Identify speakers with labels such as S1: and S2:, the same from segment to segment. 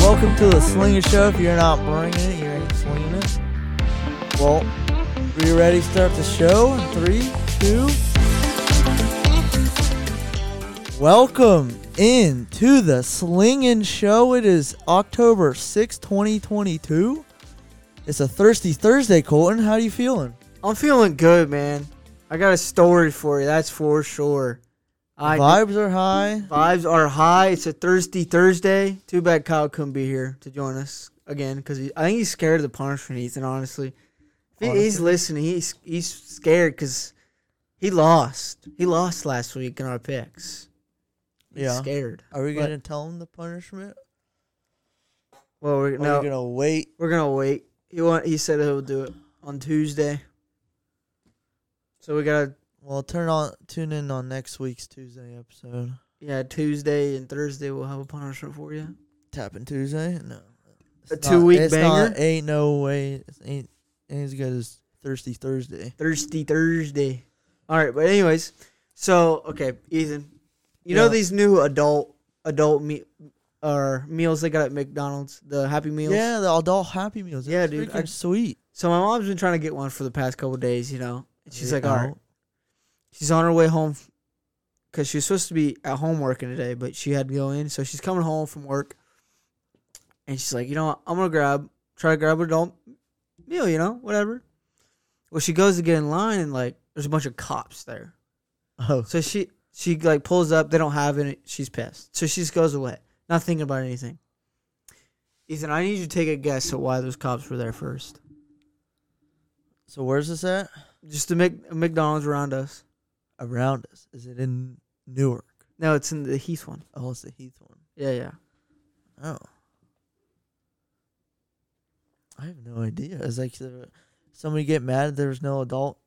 S1: welcome to the Slinger Show. If you're not bringing it, you ain't slinging it. Well, we ready to start the show in three, two. Welcome in to the Slingin' Show. It is October sixth, 2022. It's a thirsty Thursday, Colton. How you feeling?
S2: I'm feeling good, man. I got a story for you. That's for sure. I
S1: Vibes are high.
S2: vibes are high. It's a thirsty Thursday. Too bad Kyle couldn't be here to join us again because I think he's scared of the punishment, Ethan. Honestly, If he- he's listening. He's he's scared because he lost. He lost last week in our picks. He's
S1: Yeah.
S2: scared.
S1: Are we
S2: But-
S1: gonna tell him the punishment?
S2: Well, we're,
S1: Or
S2: no,
S1: Are we gonna wait?
S2: we're gonna wait. He want, he said he'll do it on Tuesday. So we gotta
S1: Well, turn on, tune in on next week's Tuesday episode.
S2: yeah Tuesday and Thursday we'll have a punishment for you.
S1: Tapping Tuesday? No. It's
S2: A two-week
S1: it's
S2: banger?
S1: Not, ain't no way. It ain't, ain't as good as Thirsty Thursday.
S2: Thirsty Thursday. All right, but anyways, so okay, Ethan, you know
S1: Yeah.
S2: these new adult adult me or meals they got at McDonald's, the Happy Meals.
S1: Yeah, the adult Happy Meals.
S2: Yeah,
S1: It's
S2: dude,
S1: freaking
S2: I-
S1: sweet.
S2: So my mom's been trying to get one for the past couple days, you know. And she's like,
S1: Yeah.
S2: all right. She's on her way home because she was supposed to be at home working today, but she had to go in, so she's coming home from work. And she's like, you know what? I'm gonna grab, try to grab an adult meal, you know, whatever. Well, she goes to get in line, and like, there's a bunch of cops there.
S1: Oh,
S2: So she she like pulls up. They don't have any. She's pissed. So she just goes away, not thinking about anything. Ethan, I need you to take a guess at why those cops were there first.
S1: so where's this at?
S2: Just the Mc, McDonald's around us.
S1: Around us. Is it in Newark?
S2: No, it's in the Heath one.
S1: Oh, it's the Heath one.
S2: Yeah, yeah.
S1: Oh. I have no idea. It's like the- somebody get mad that there was no adult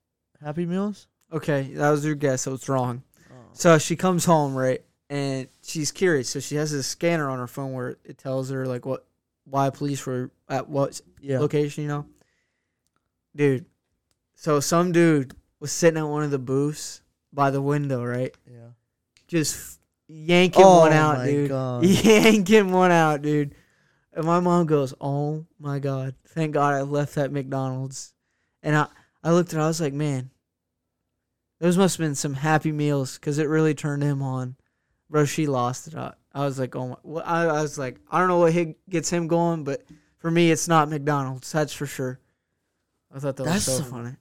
S1: Happy Meals?
S2: Okay, that was your guess. So it's wrong.
S1: Oh.
S2: So she comes home right, and she's curious. So she has this scanner on her phone where it tells her like what why police were at what
S1: Yeah.
S2: location, you know. Dude, so some dude was sitting at one of the booths by the window, right?
S1: Yeah. Oh
S2: Just f- yanking one out,
S1: my
S2: dude.
S1: God.
S2: Yanking one out, dude. And my mom goes, "Oh my god, thank God I left that McDonald's." And I, I looked and I was like, "Man, those must have been some happy meals because it really turned him on." Bro, she lost it. I, I was like, "Oh my!" wha- I, I was like, "I don't know what hit, gets him going, but for me, it's not McDonald's. That's for sure." I thought that
S1: That's
S2: was so
S1: some-
S2: funny.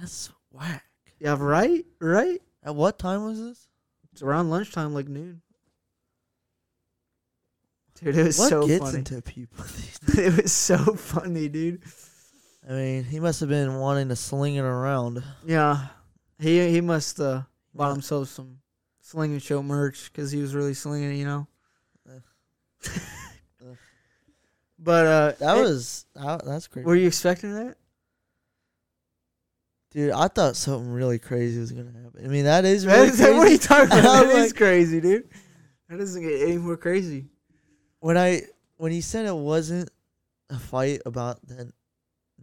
S1: That's whack.
S2: Yeah, right, right.
S1: At what time was this?
S2: It's around lunchtime, like noon. Dude, it was
S1: what
S2: so
S1: gets
S2: funny.
S1: into people? these
S2: it was so funny, dude.
S1: I mean, he must have been wanting to sling it around.
S2: Yeah, he he must uh, bought himself some slinging show merch because he was really slinging it, you know.
S1: Ugh. Ugh.
S2: but uh,
S1: That
S2: it-
S1: was how, that's crazy,
S2: Were you expecting that?
S1: dude. I thought something really crazy was gonna happen. I mean, that is
S2: That
S1: really
S2: is- what are
S1: crazy.
S2: you talking about?
S1: I
S2: That
S1: was
S2: is
S1: like-
S2: crazy, dude. That doesn't get any more crazy.
S1: When I when he said it wasn't a fight about the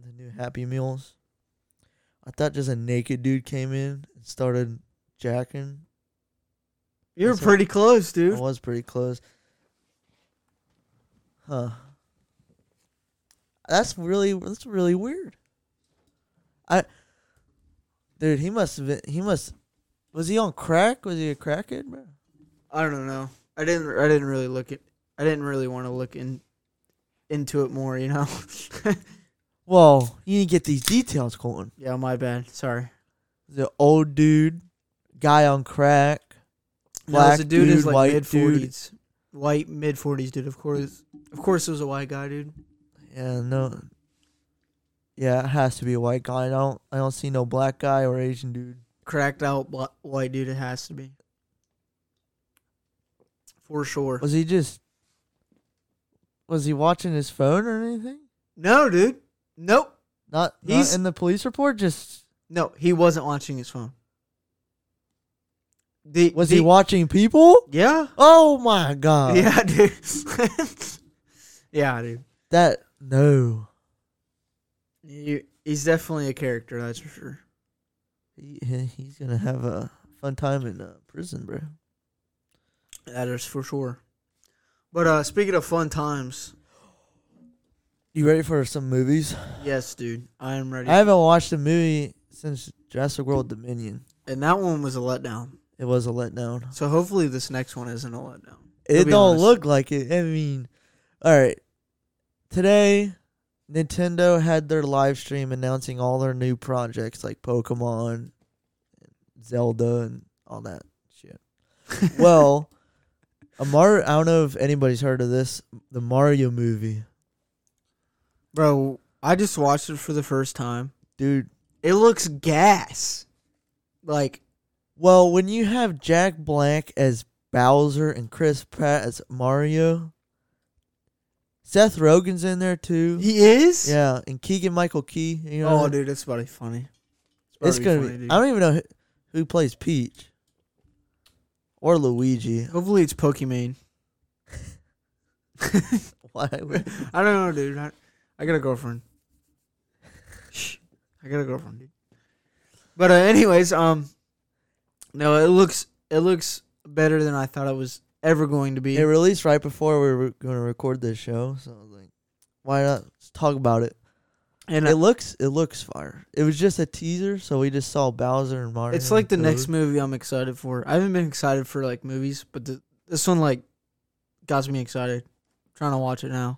S1: the new Happy Meals, I thought just a naked dude came in and started jacking.
S2: You were
S1: That's Oh. what-
S2: pretty close, dude.
S1: I was pretty close. Huh. That's really that's really weird. I Dude, he must have been he must was he on crack? Was he a crackhead, bro?
S2: I don't know. I didn't. I didn't really look at. I didn't really want to look in into it more. You know.
S1: Well, you didn't get these details, Colton.
S2: yeah, my bad. Sorry.
S1: The old dude, guy on crack.
S2: Black
S1: Black
S2: the dude, is
S1: dude,
S2: like
S1: white
S2: mid forties, white mid forties dude. Of course, of course, it was a white guy, dude.
S1: Yeah, no Yeah, it has to be a white guy. I don't I don't see no black guy or Asian dude.
S2: Cracked out bla white dude. It has to be for sure.
S1: Was he just? Was he watching his phone or anything?
S2: No, dude. Nope.
S1: Not, not
S2: He's-
S1: in the police report. Just
S2: No, he wasn't watching his phone. The
S1: was
S2: the,
S1: he watching people?
S2: Yeah.
S1: Oh my god!
S2: yeah, dude. yeah, dude.
S1: That no,
S2: You, he's definitely a character. That's for sure.
S1: he, he- he's gonna have a fun time in uh, prison, bro.
S2: That is for sure. But uh, speaking of fun times,
S1: You ready for some movies?
S2: yes, dude, I am ready.
S1: I haven't watched a movie since Jurassic World Dominion.
S2: and that one was a letdown.
S1: It was a letdown.
S2: So hopefully this next one isn't a letdown.
S1: It
S2: be
S1: don't
S2: honest.
S1: look like it. I mean, all right. Today, Nintendo had their live stream announcing all their new projects like Pokemon, Zelda, and all that shit. well, a Mar- I don't know if anybody's heard of this. The Mario movie,
S2: Bro, I just watched it for the first time.
S1: dude.
S2: It looks gas. Like
S1: Well, when you have Jack Black as Bowser and Chris Pratt as Mario, Seth Rogen's in there too.
S2: he is.
S1: yeah, and Keegan Michael Key. You know,
S2: Oh, dude, it's about to be funny.
S1: it's
S2: about to
S1: gonna.
S2: funny,
S1: be,
S2: dude.
S1: I don't even know who, who plays Peach or Luigi.
S2: Hopefully, it's Pokimane.
S1: Why? would-
S2: I don't know, dude. I, I got a girlfriend. Shh. I got a girlfriend, dude. But uh, anyways, um, no, it looks it looks better than I thought it was ever going to be.
S1: it released right before we were going to record this show, so I was like, why not Let's talk about it?
S2: and
S1: it
S2: uh,
S1: looks, it looks fire. It was just a teaser, so we just saw Bowser and Mario.
S2: it's like the
S1: and
S2: next
S1: Toad.
S2: movie I'm excited for. I haven't been excited for like movies, but the, this one like got me excited. trying to watch it now.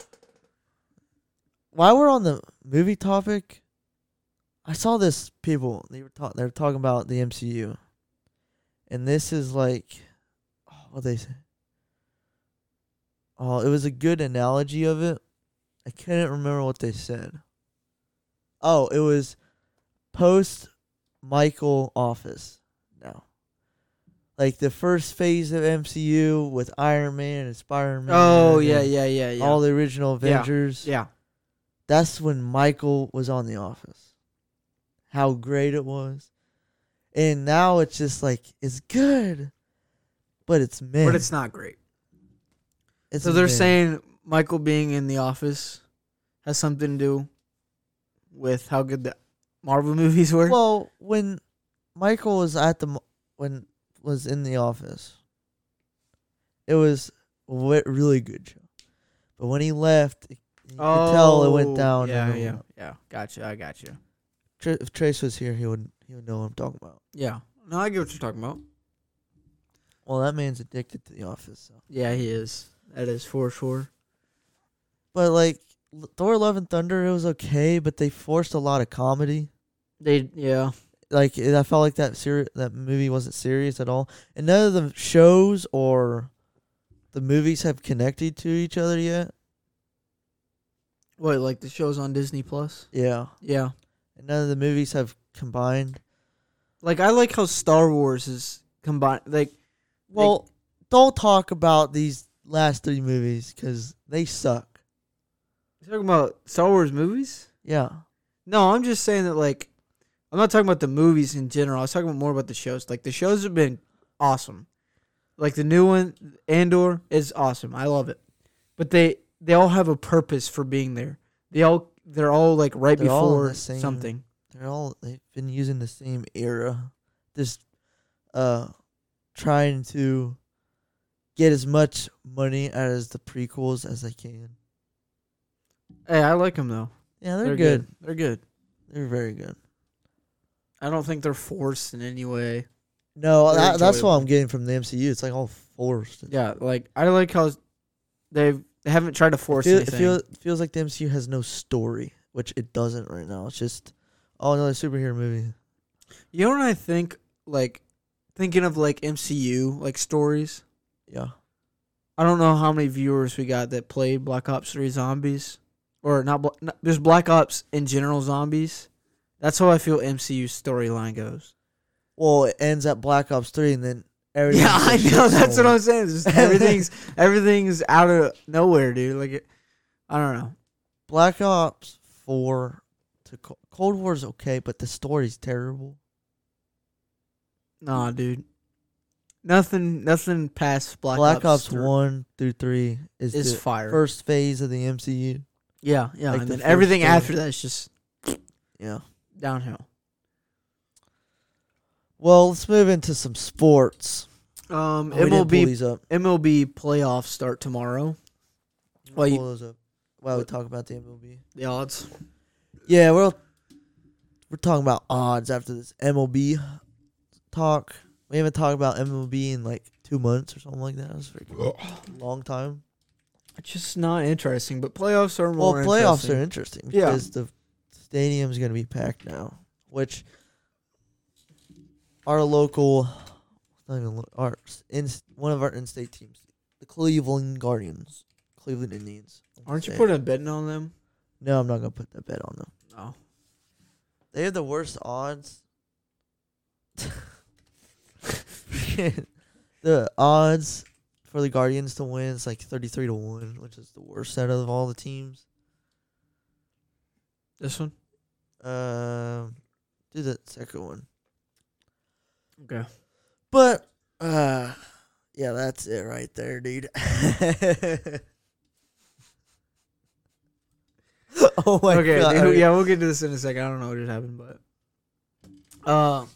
S1: while we're on the movie topic, I saw this people they were talking they were talking about the MCU, and this is like, oh, what they say. Oh, it was a good analogy of it. I couldn't remember what they said. Oh, it was post Michael Office. No. Like the first phase of MCU with Iron Man and Spider Man.
S2: Oh yeah, yeah, yeah, yeah.
S1: All the original Avengers
S2: yeah.
S1: that's when Michael was on The Office. How great it was. And now it's just like, it's good, but it's meh.
S2: But it's not great.
S1: It's
S2: So they're
S1: meh.
S2: saying Michael being in the office has something to do with how good the Marvel movies were.
S1: Well, when Michael was at the, mo- when was in The Office, it was a wi- really good show. But when he left, you could tell it went down.
S2: Oh, Yeah,
S1: and it
S2: yeah,
S1: went up.
S2: yeah. Gotcha. I got you.
S1: Tr- If Trace was here, he would he would know what I'm talking about.
S2: Yeah. No, I get what you're talking about.
S1: Well, that man's addicted to The Office. So.
S2: Yeah, he is. That is for sure.
S1: But like L- Thor: Love and Thunder, it was okay, but they forced a lot of comedy.
S2: They yeah.
S1: Like it- I felt like that seri- that movie wasn't serious at all, and none of the shows or the movies have connected to each other yet.
S2: What like the shows on Disney Plus?
S1: Yeah,
S2: Yeah.
S1: and none of the movies have combined.
S2: Like I like how Star Wars is combined. Like
S1: Well, don't talk about these last three movies because they suck.
S2: you talking about Star Wars movies.
S1: Yeah,
S2: No, I'm just saying that like I'm not talking about the movies in general. I was talking about more about the shows. Like the shows have been awesome. Like the new one, Andor, is awesome. I love it. But they they all have a purpose for being there. They all they're all like right
S1: They're all in
S2: before
S1: the same-
S2: something.
S1: they're all they've been using the same era, just uh trying to get as much money out as the prequels as they can.
S2: Hey, I like them though.
S1: Yeah, they're, good.
S2: They're good.
S1: They're very good.
S2: I don't think they're forced in any way.
S1: No,
S2: They're
S1: that, that's what
S2: enjoyable.
S1: I'm getting from the MCU. It's like all forced. It
S2: Yeah, like I like how they've they haven't tried to force
S1: feel- it
S2: anything.
S1: feel- it feels like the MCU has no story, which it doesn't right now. It's just oh, another superhero movie.
S2: you know what I think? Like thinking of like MCU like stories.
S1: Yeah,
S2: I don't know how many viewers we got that played Black Ops 3 Zombies. Or not, Bla- not there's Black Ops in general zombies. That's how I feel MCU storyline goes.
S1: well, it ends at Black Ops Three, and then everything.
S2: yeah, I know. That's what I'm saying. It's just everything's everything's out of nowhere, dude. Like, it, I don't know.
S1: Black Ops Four to Co- Cold War's okay, but the story's terrible.
S2: Nah, dude. Nothing, nothing past Black,
S1: Black, Ops,
S2: Ops, 3
S1: One through Three is,
S2: is
S1: the
S2: fire.
S1: first phase of the MCU.
S2: yeah, yeah.
S1: like
S2: and
S1: the
S2: then
S1: first
S2: everything
S1: story.
S2: after that is just
S1: Yeah.
S2: downhill.
S1: Well, let's move into some sports.
S2: Um,
S1: Oh, we didn't pull
S2: MLB
S1: these up.
S2: MLB playoffs start tomorrow.
S1: Let me
S2: Well, you-
S1: pull those up while we talk about the MLB.
S2: The odds.
S1: Yeah, we're we're talking about odds after this MLB talk. We haven't talked about MLB in like two months or something like that. It was a freaking long time.
S2: It's just not interesting, but playoffs are
S1: Well,
S2: more
S1: playoffs
S2: interesting.
S1: are interesting
S2: Yeah.
S1: because the stadium's going to be packed now, which our local, not even lo- our in one of our in-state teams, the Cleveland Guardians, Cleveland Indians. I'm
S2: Aren't you
S1: saying.
S2: putting a bet on them?
S1: No, I'm not going to put that bet on them.
S2: No.
S1: They have the worst odds. the odds for the Guardians to win is like 33 to 1, which is the worst out of all the teams.
S2: This one?
S1: Um, do the second one.
S2: Okay.
S1: But, uh, yeah, that's it right there, dude. oh my
S2: okay,
S1: god.
S2: dude, yeah, we'll get to this in a second. I don't know what just happened, but um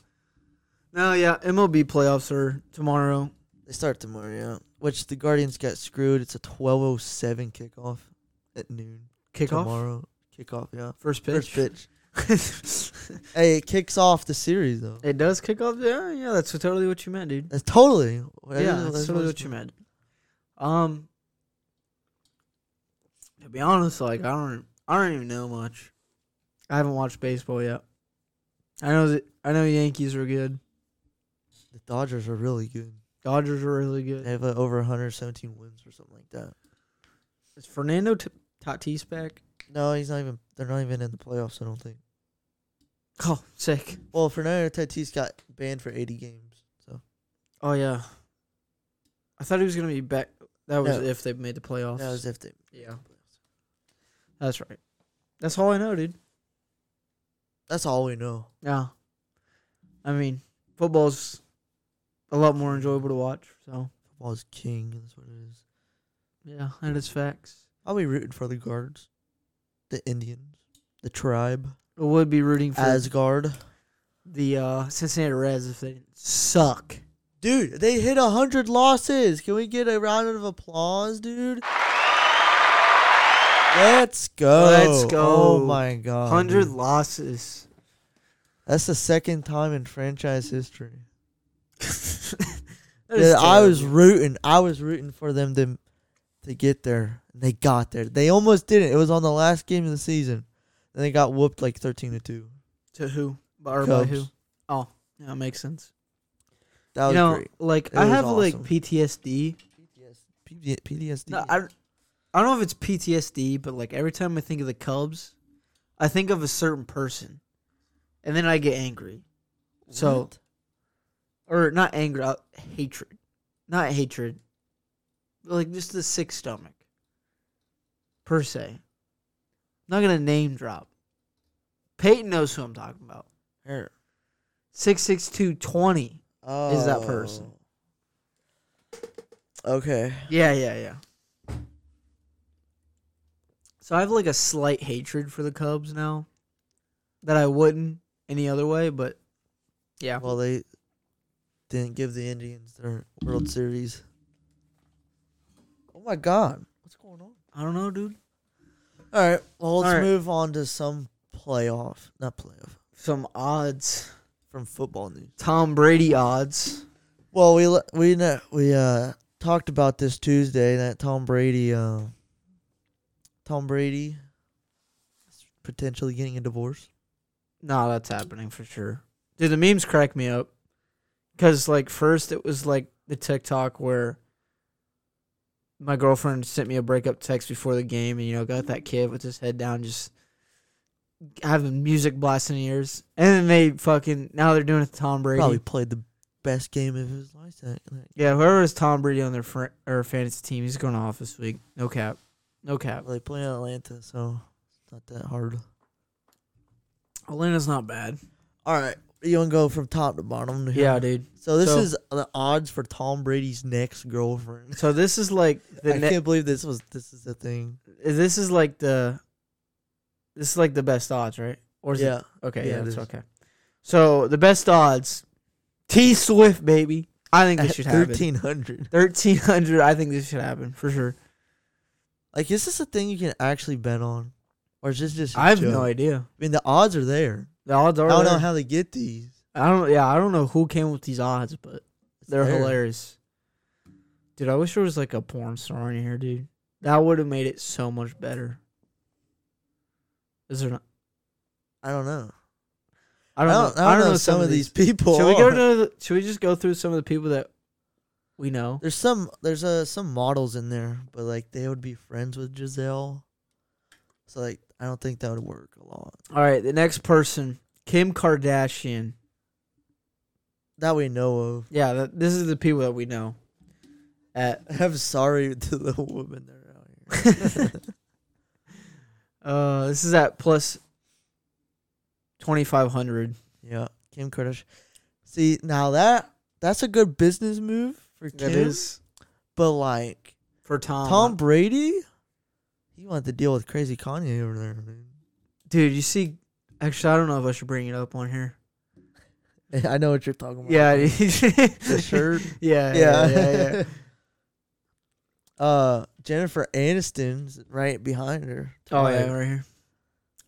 S2: no, yeah, MLB playoffs are tomorrow.
S1: They start tomorrow, yeah. Which the Guardians got screwed. It's a 12:07 kickoff at noon.
S2: Kickoff?
S1: tomorrow. Kickoff, yeah.
S2: First
S1: First
S2: pitch.
S1: pitch. Hey, it kicks off the series though.
S2: it does kick off. Yeah, yeah, that's totally what you meant, dude.
S1: That's totally.
S2: yeah, that's totally what you meant. Um To be honest, like I don't I don't even know much. I haven't watched baseball yet. I know that I know Yankees are good.
S1: The Dodgers are really good.
S2: Dodgers are really good.
S1: They have uh, over 117 wins or something like that.
S2: Is Fernando T- Tatis back?
S1: No, he's not even. They're not even in the playoffs. I don't think.
S2: Oh, sick.
S1: Well, Fernando Tatis got banned for 80 games. So
S2: Oh yeah. I thought he was gonna be back. That was
S1: No.
S2: if they made the playoffs.
S1: that was if they.
S2: yeah, that's right. That's all I know, dude.
S1: That's all we know.
S2: Yeah. I mean, football's a lot more enjoyable to watch. So
S1: Football's king. That's what it is.
S2: yeah, that is facts.
S1: I'll be rooting for the guards, the Indians, the tribe,
S2: I would be rooting for
S1: Asgard.
S2: the uh, Cincinnati Reds if they didn't suck.
S1: Dude, they hit a hundred losses. Can we get a round of applause, dude? Let's go.
S2: Let's go.
S1: Oh my god.
S2: Hundred
S1: dude.
S2: losses.
S1: That's the second time in franchise history.
S2: That is
S1: Dude, I was
S2: terrible.
S1: rooting. I was rooting for them to to get there. And they got there. They almost didn't. It was on the last game of the season. And they got whooped like thirteen to two.
S2: to who? By, or by
S1: Cubs.
S2: who? Oh, yeah, that makes sense.
S1: That was
S2: you know,
S1: great.
S2: like
S1: It
S2: I
S1: was
S2: have like
S1: awesome.
S2: PTSD.
S1: PTSD. PTSD.
S2: No, I, don't- I don't know if it's PTSD, but like every time I think of the Cubs, I think of a certain person, and then I get angry, so-
S1: What?
S2: or not angry, uh, hatred, not hatred, but, like just the sick stomach, per se. I'm not gonna name drop. Peyton knows who I'm talking about.
S1: Here.
S2: Six six two twenty.
S1: Oh.
S2: that person.
S1: Okay.
S2: Yeah, yeah, yeah. So I have like a slight hatred for the Cubs now that I wouldn't any other way, but yeah.
S1: Well, they didn't give the Indians their World Series. Oh my God, what's going on?
S2: I don't know, dude.
S1: All right, well, let's
S2: All right.
S1: move on to some playoff, not playoff,
S2: Some odds.
S1: from football news.
S2: Tom Brady odds.
S1: Well, we le- we know, we uh talked about this Tuesday that Tom Brady, uh, Tom Brady, is potentially getting a divorce.
S2: Nah, that's happening for sure. Dude, the memes crack me up. Cause like first it was like the TikTok where my girlfriend sent me a breakup text before the game, and you know got that kid with his head down, just having music blasting in his ears, and then they fucking now they're doing it to Tom Brady.
S1: Probably played the best game of his life. That, that-
S2: Yeah, whoever is Tom Brady on their fr- or fantasy team, he's going off this week. No cap, no cap.
S1: they play in Atlanta, so it's not that hard.
S2: Atlanta's not bad.
S1: All right, you want to go from top to bottom? here?
S2: Yeah, dude.
S1: So this
S2: So-
S1: is the odds for Tom Brady's next girlfriend.
S2: So this is like the
S1: I
S2: ne-
S1: can't believe this was this is a thing.
S2: this is like the this is like the best odds, right? Or is it
S1: Yeah,
S2: Okay,
S1: Yeah,
S2: yeah,
S1: it
S2: that's
S1: is.
S2: okay. So the best odds, T Swift, baby. I think this should happen.
S1: thirteen hundred.
S2: Thirteen hundred. I think this should happen for sure.
S1: Like, is this a thing you can actually bet on, or is this just? a
S2: I have
S1: joke?
S2: no idea.
S1: I mean, the odds are there.
S2: The odds are.
S1: I don't know
S2: there.
S1: how they get these.
S2: I don't. Yeah, I don't know who came up with these odds, but
S1: It's
S2: they're
S1: there.
S2: hilarious. Dude, I wish there was like a porn star in here, dude. That would have made it so much better. Is there not?
S1: I don't know.
S2: I don't, know. I don't know,
S1: some, of these people.
S2: Should we go
S1: are.
S2: to? The, should we just go through some of the people that we know?
S1: There's some there's uh some models in there, but like they would be friends with Giselle. So like I don't think that would work a lot.
S2: All right, the next person, Kim Kardashian.
S1: That we know of.
S2: Yeah, that, this is the people that we know. At
S1: I'm sorry to the women that are out here.
S2: uh, this is at plus twenty five hundred.
S1: yeah, Kim Kardashian. See, now that that's a good business move for Kim.
S2: That is
S1: But like
S2: for Tom.
S1: Tom Brady, he wanted to deal with crazy Kanye over there. Dude.
S2: dude, you see. Actually, I don't know if I should bring it up on here.
S1: I know what you're talking about.
S2: Yeah,
S1: the shirt.
S2: Yeah,
S1: yeah,
S2: yeah, yeah, yeah.
S1: uh, Jennifer Aniston's right behind her.
S2: Oh
S1: Like,
S2: yeah, right here.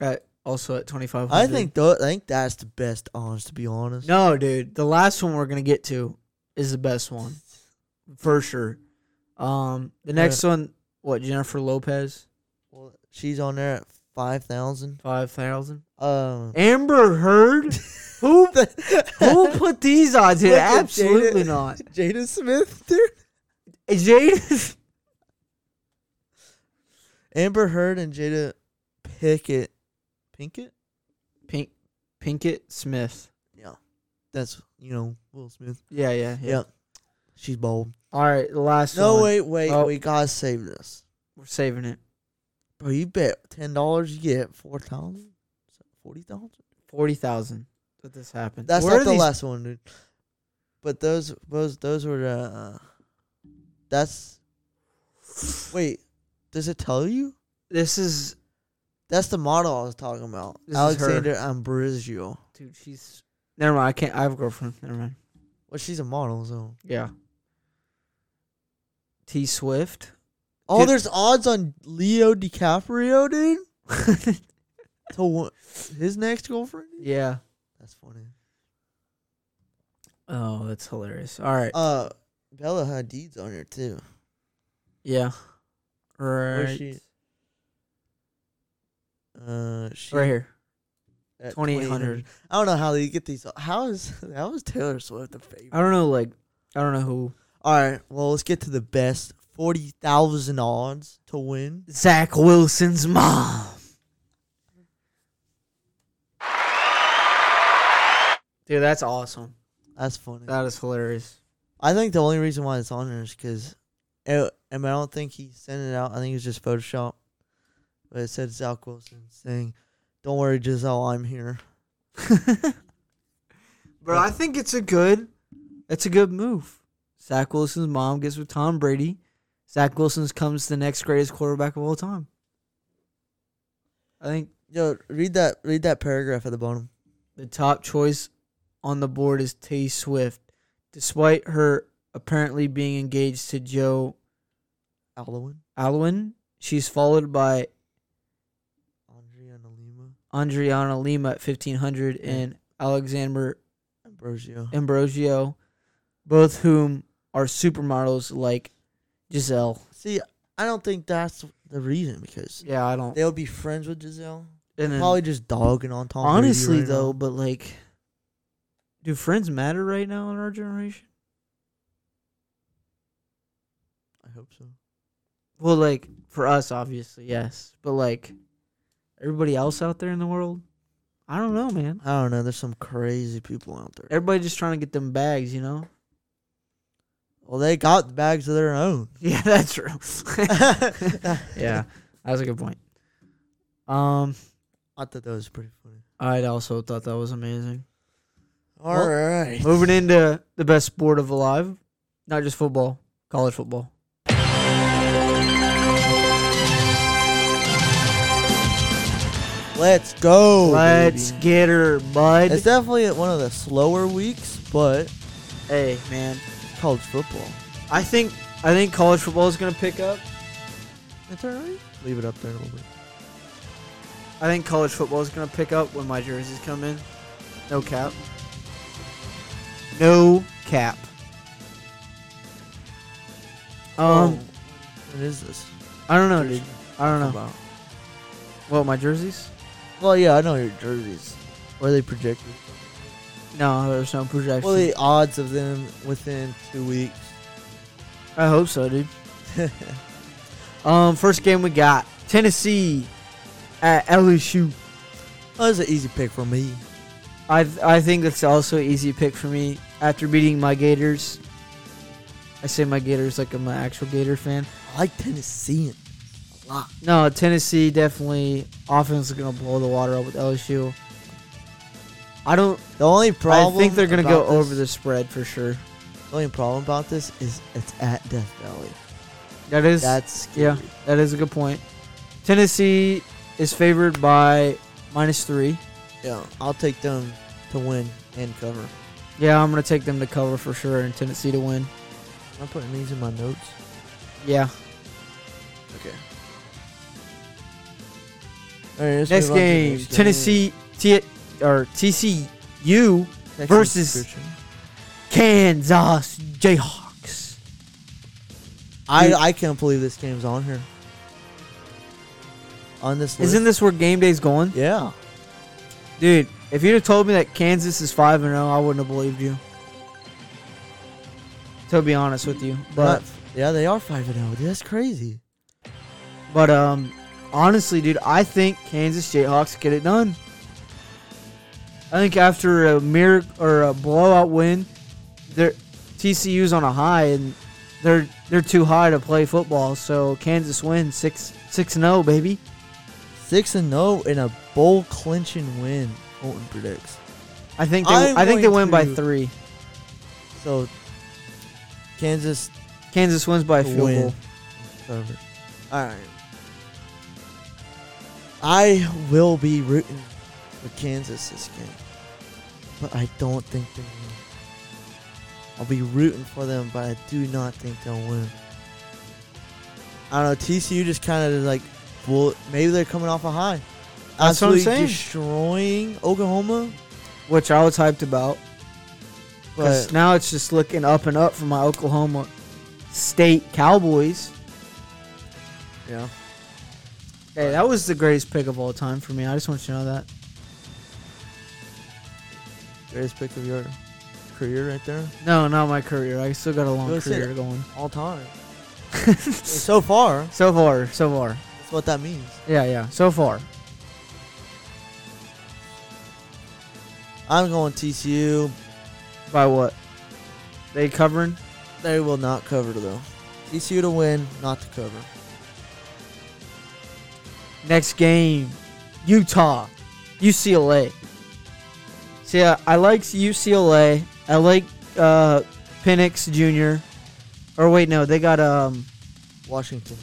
S2: At, also at twenty five hundred.
S1: I think tho- I think that's the best odds, to be honest.
S2: No, dude. The last one we're gonna get to is the best one, for sure. Um, the next one, what Jennifer Lopez,
S1: Well, she's on there at five thousand.
S2: five thousand.
S1: Um,
S2: Amber Heard, who who put these odds in?
S1: Look at
S2: Absolutely
S1: Jada.
S2: not.
S1: Jada Smith, dude.
S2: Jade,
S1: Amber Heard and Jada Pickett, Pinkett.
S2: Pink, Pinkett Smith.
S1: Yeah, that's you know Will Smith.
S2: Yeah, yeah, yeah.
S1: Yeah. She's bold.
S2: All right, the last
S1: No,
S2: one.
S1: wait, wait,
S2: Oh.
S1: we gotta save this,
S2: We're saving it.
S1: bro. You bet ten dollars, you get four thousand, forty thousand.
S2: Forty thousand. That this happened.
S1: That's
S2: Where
S1: not
S2: are
S1: the
S2: these-
S1: last one, dude. But those, those, those were the. Uh, that's. Wait, does it tell you?
S2: This is
S1: That's the model I was talking about,
S2: This is her.
S1: Alexander Ambrosio.
S2: dude. She's never mind. I can't. I have a girlfriend. Never mind.
S1: Well, she's a model, so.
S2: Yeah. T Swift.
S1: Oh,
S2: Dude.
S1: there's odds on Leo DiCaprio, dude. To wha- his next girlfriend.
S2: yeah.
S1: That's funny.
S2: Oh, that's hilarious. All right.
S1: Uh, Bella Hadid's on here too.
S2: yeah. Right.
S1: she? Uh, she
S2: Right here.
S1: at
S2: Twenty eight hundred.
S1: I don't know how they get these. How is how is Taylor Swift a favorite?
S2: I don't know. Like, I don't know who.
S1: All right, well let's get to the best forty thousand odds to win.
S2: Zach Wilson's mom. Dude, that's awesome.
S1: That's funny.
S2: That is hilarious.
S1: I think the only reason why it's on there is because, and I don't think he sent it out. I think it was just Photoshop. But it said Zach Wilson saying, "Don't worry, Giselle, I'm here."
S2: Bro, I think it's a good it's a good move. Zach Wilson's mom gets with Tom Brady. Zach Wilson's comes the next greatest quarterback of all time. I think
S1: Yo, read that. Read that paragraph at the bottom.
S2: the top choice on the board is T Swift, despite her apparently being engaged to Joe
S1: Alwyn,
S2: Alwyn. She's followed by
S1: Andrea Nalima,
S2: Andriana Lima at fifteen hundred and Alexander
S1: Ambrosio.
S2: Ambrosio, both whom are supermodels like Giselle.
S1: See, I don't think that's the reason because
S2: Yeah, I don't.
S1: they'll be friends with Giselle.
S2: And then,
S1: Probably just dogging on Tom. Brady
S2: honestly
S1: right now.
S2: though, but like, do friends matter right now in our generation?
S1: I hope so.
S2: Well, like for us, obviously yes, but like everybody else out there in the world, I don't know, man.
S1: I don't know. There's some crazy people out there.
S2: Everybody just trying to get them bags, you know?
S1: Well, they got bags of their own.
S2: Yeah, that's true. yeah, that was a good point. Um,
S1: I thought that was pretty funny.
S2: I also thought that was amazing.
S1: All
S2: Well,
S1: right.
S2: Moving into the best sport of alive, not just football, college football.
S1: Let's
S2: Oh,
S1: go.
S2: Let's
S1: baby.
S2: get her, bud.
S1: It's definitely one of the slower weeks, but
S2: hey, man.
S1: college football.
S2: I think I think college football is going to pick up.
S1: It's alright. Leave it up there a little bit.
S2: I think college football is going to pick up when my jerseys come in. No cap. No cap. Um,
S1: Oh, what is this?
S2: I don't know, dude. I don't know.
S1: About?
S2: What, my jerseys?
S1: Well, yeah, I know your jerseys. Where they projected?
S2: No, there's no projection.
S1: Well, the odds of them within two weeks.
S2: I hope so, dude. um, first game we got Tennessee at LSU.
S1: Oh, that's an easy pick for me.
S2: I I think that's also an easy pick for me after beating my Gators. I say my Gators like I'm an actual Gator fan.
S1: I like Tennessean a lot.
S2: No, Tennessee definitely offense is gonna blow the water up with LSU. I don't.
S1: The only problem
S2: I think they're gonna go
S1: about
S2: over the
S1: this-
S2: spread for sure.
S1: The only problem about this is it's at Death Valley.
S2: That is
S1: That's
S2: yeah.
S1: scary.
S2: that is a good point. Tennessee is favored by minus three.
S1: Yeah, I'll take them to win and cover.
S2: Yeah, I'm gonna take them to cover for sure and Tennessee to win.
S1: I'm putting these in my notes.
S2: Yeah.
S1: Okay. All right, let's
S2: Next
S1: move on to the
S2: game, Tennessee T- or TCU
S1: Next
S2: versus-
S1: description.
S2: Kansas Jayhawks.
S1: I
S2: Dude.
S1: I can't believe this game's on here. On this list.
S2: Isn't this where game day's going?
S1: yeah.
S2: Dude, if you'd have told me that Kansas is 5 and 0, I wouldn't have believed you. To be honest with you. But
S1: Not- yeah, they are five and zero. Dude, That's crazy.
S2: but um honestly, dude, I think Kansas Jayhawks get it done. I think after a mirror or a blowout win, their TCU's on a high and they're they're too high to play football. So Kansas wins 6 6 and 0, baby.
S1: Six and zero in a bowl clinching win. Colton predicts.
S2: I think they
S1: I'm
S2: I think they
S1: going
S2: win by
S1: to-
S2: 3.
S1: So Kansas
S2: Kansas wins by a
S1: to
S2: field
S1: win.
S2: goal.
S1: Cover. All right. I will be rooting for Kansas this game, but I don't think they win. I'll be rooting for them, but I do not think they'll win. I don't know. TCU just kind of like, well, maybe they're coming off a high.
S2: That's what I'm
S1: Absolutely
S2: saying.
S1: destroying Oklahoma,
S2: which I was hyped about. Because
S1: but
S2: now it's just looking up and up for my Oklahoma State Cowboys.
S1: yeah.
S2: Hey, that was the greatest pick of all time for me. I just want you to know that.
S1: Greatest pick of your career right there,
S2: No, not my career. I still got a long
S1: That's it.
S2: career going.
S1: all time. so far,
S2: So far, so far.
S1: that's what that means.
S2: Yeah, yeah. So far.
S1: I'm going TCU.
S2: By what? They covering?
S1: They will not cover though. TCU to win, not to cover.
S2: Next game, Utah, UCLA. So yeah, I like UCLA. I like uh, Penix Jr. Or wait, no, they got um,
S1: Washington,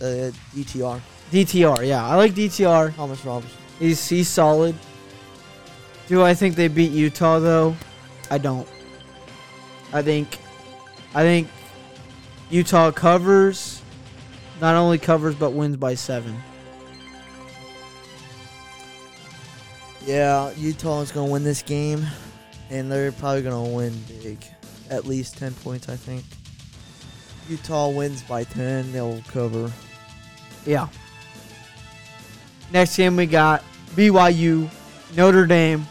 S1: uh, DTR,
S2: DTR. Yeah, I like DTR.
S1: Thomas Robinson.
S2: He's he's solid. Do I think they beat Utah though? I don't. I think I think Utah covers not only covers but wins by 7.
S1: Yeah, Utah is gonna win this game, and they're probably gonna win big, at least ten points, I think. Utah wins by ten, they'll cover.
S2: Yeah. Next game we got BYU, Notre Dame,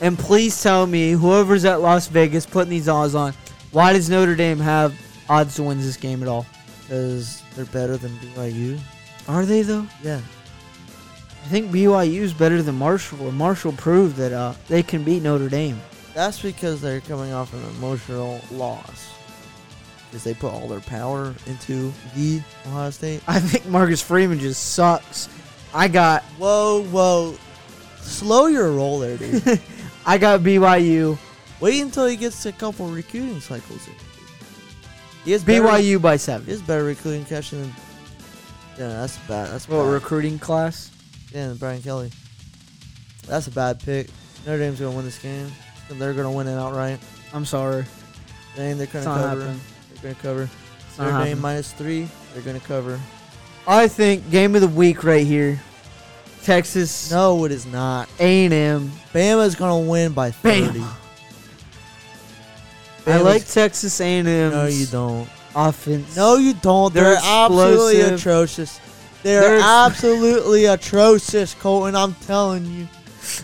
S2: and please tell me whoever's at Las Vegas putting these odds on, why does Notre Dame have odds to win this game at all?
S1: because they're better than BYU.
S2: Are they though?
S1: Yeah,
S2: I think BYU is better than Marshall, and Marshall proved that uh, they can beat Notre Dame.
S1: that's because they're coming off an emotional loss, because they put all their power into the Ohio State.
S2: I think Marcus Freeman just sucks. I got
S1: Whoa, whoa. Slow your roll there, dude.
S2: I got BYU,
S1: Wait until he gets a couple recruiting cycles. in. He has better-
S2: BYU by
S1: He
S2: seven.
S1: has better recruiting catch than. Yeah, that's bad. That's
S2: What
S1: bad.
S2: recruiting class?
S1: yeah, than Brian Kelly. That's a bad pick. Notre Dame's gonna win this game. And they're gonna win it outright.
S2: I'm sorry,
S1: And they're gonna
S2: it's not
S1: cover.
S2: happening.
S1: They're gonna cover.
S2: It's not
S1: Notre Dame
S2: happening.
S1: minus three. They're gonna cover.
S2: I think game of the week right here. Texas
S1: No, it is not.
S2: A&M.
S1: Bama's gonna win by
S2: Bama.
S1: thirty.
S2: I
S1: Bama's-
S2: like Texas A&M.
S1: No, you don't.
S2: Offense.
S1: No, you don't. They're,
S2: They're
S1: absolutely
S2: explosive.
S1: atrocious. They're,
S2: They're ex-
S1: absolutely atrocious, Colton. I'm telling you.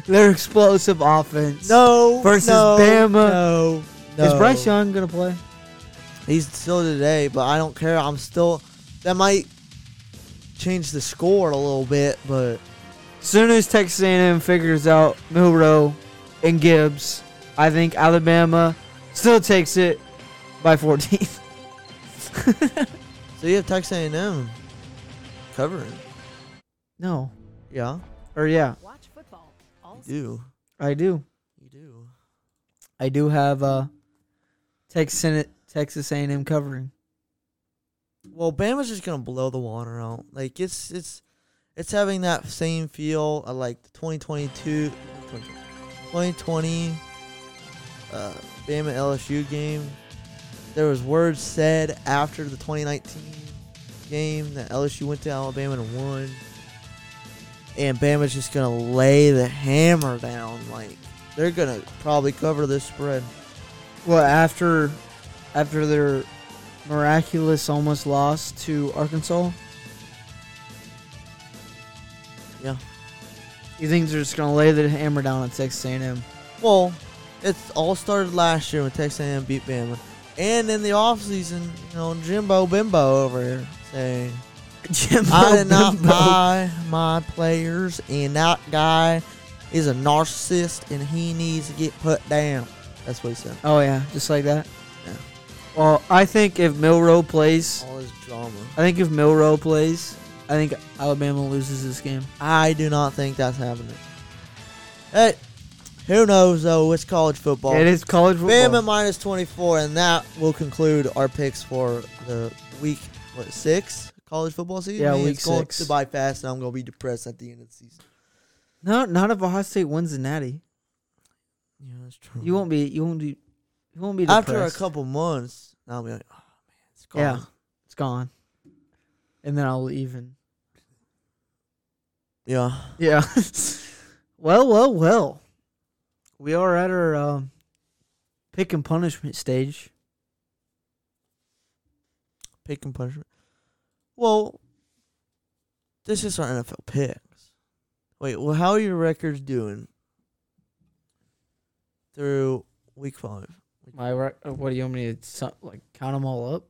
S2: they're explosive offense.
S1: No.
S2: Versus
S1: no,
S2: Bama.
S1: No. No.
S2: Is Bryce Young gonna play?
S1: He's still today, but I don't care. I'm still. That might change the score a little bit, but
S2: soon as Texas A&M figures out Milrow and Gibbs, I think Alabama still takes it by 14.
S1: so you have Texas A&M covering.
S2: no,
S1: Yeah,
S2: or yeah,
S3: Watch football. All
S1: you do.
S2: I do.
S1: You do.
S2: I do have uh, Texas Texas A&M covering.
S1: Well, Bama's just gonna blow the water out. Like it's it's it's having that same feel of like the 2022, 2020, uh, Bama LSU game. There was words said after the 2019 game that LSU went to Alabama and won, and Bama's just gonna lay the hammer down. Like they're gonna probably cover this spread.
S2: Well, after after their miraculous almost loss to Arkansas.
S1: Yeah.
S2: You think they're just gonna lay the hammer down on Texas A&M?
S1: Well, it's all started last year when Texas A&M beat Bama, and in the offseason, you know, Jimbo Bimbo over here saying,
S2: Jimbo
S1: "I did not
S2: Bimbo.
S1: buy my players, and that guy is a narcissist, and he needs to get put down." That's what he said.
S2: Oh yeah, just like that.
S1: Yeah.
S2: Well, I think if Milrow plays,
S1: All his drama.
S2: I think if Milrow plays, I think Alabama loses this game.
S1: I do not think that's happening. Hey, who knows though? It's college football.
S2: It is college football.
S1: Bama minus 24, and that will conclude our picks for the week, what, six college football season?
S2: Yeah,
S1: Man,
S2: week
S1: it's going
S2: six.
S1: to by fast, and I'm going to be depressed at the end of the season.
S2: No, not if Ohio State wins the Natty.
S1: Yeah, that's true.
S2: You won't be. You won't be. You won't be. Depressed.
S1: After a couple months, I'll be like, oh, man, it's gone.
S2: Yeah. it's gone, and then I'll even.
S1: Yeah.
S2: Yeah. well, well, well. We are at our um, pick and punishment stage.
S1: Pick and punishment. Well, this is our NFL picks. Wait, well, how are your records doing through week five?
S2: My rec- uh, what do you want me to su- like count them all up?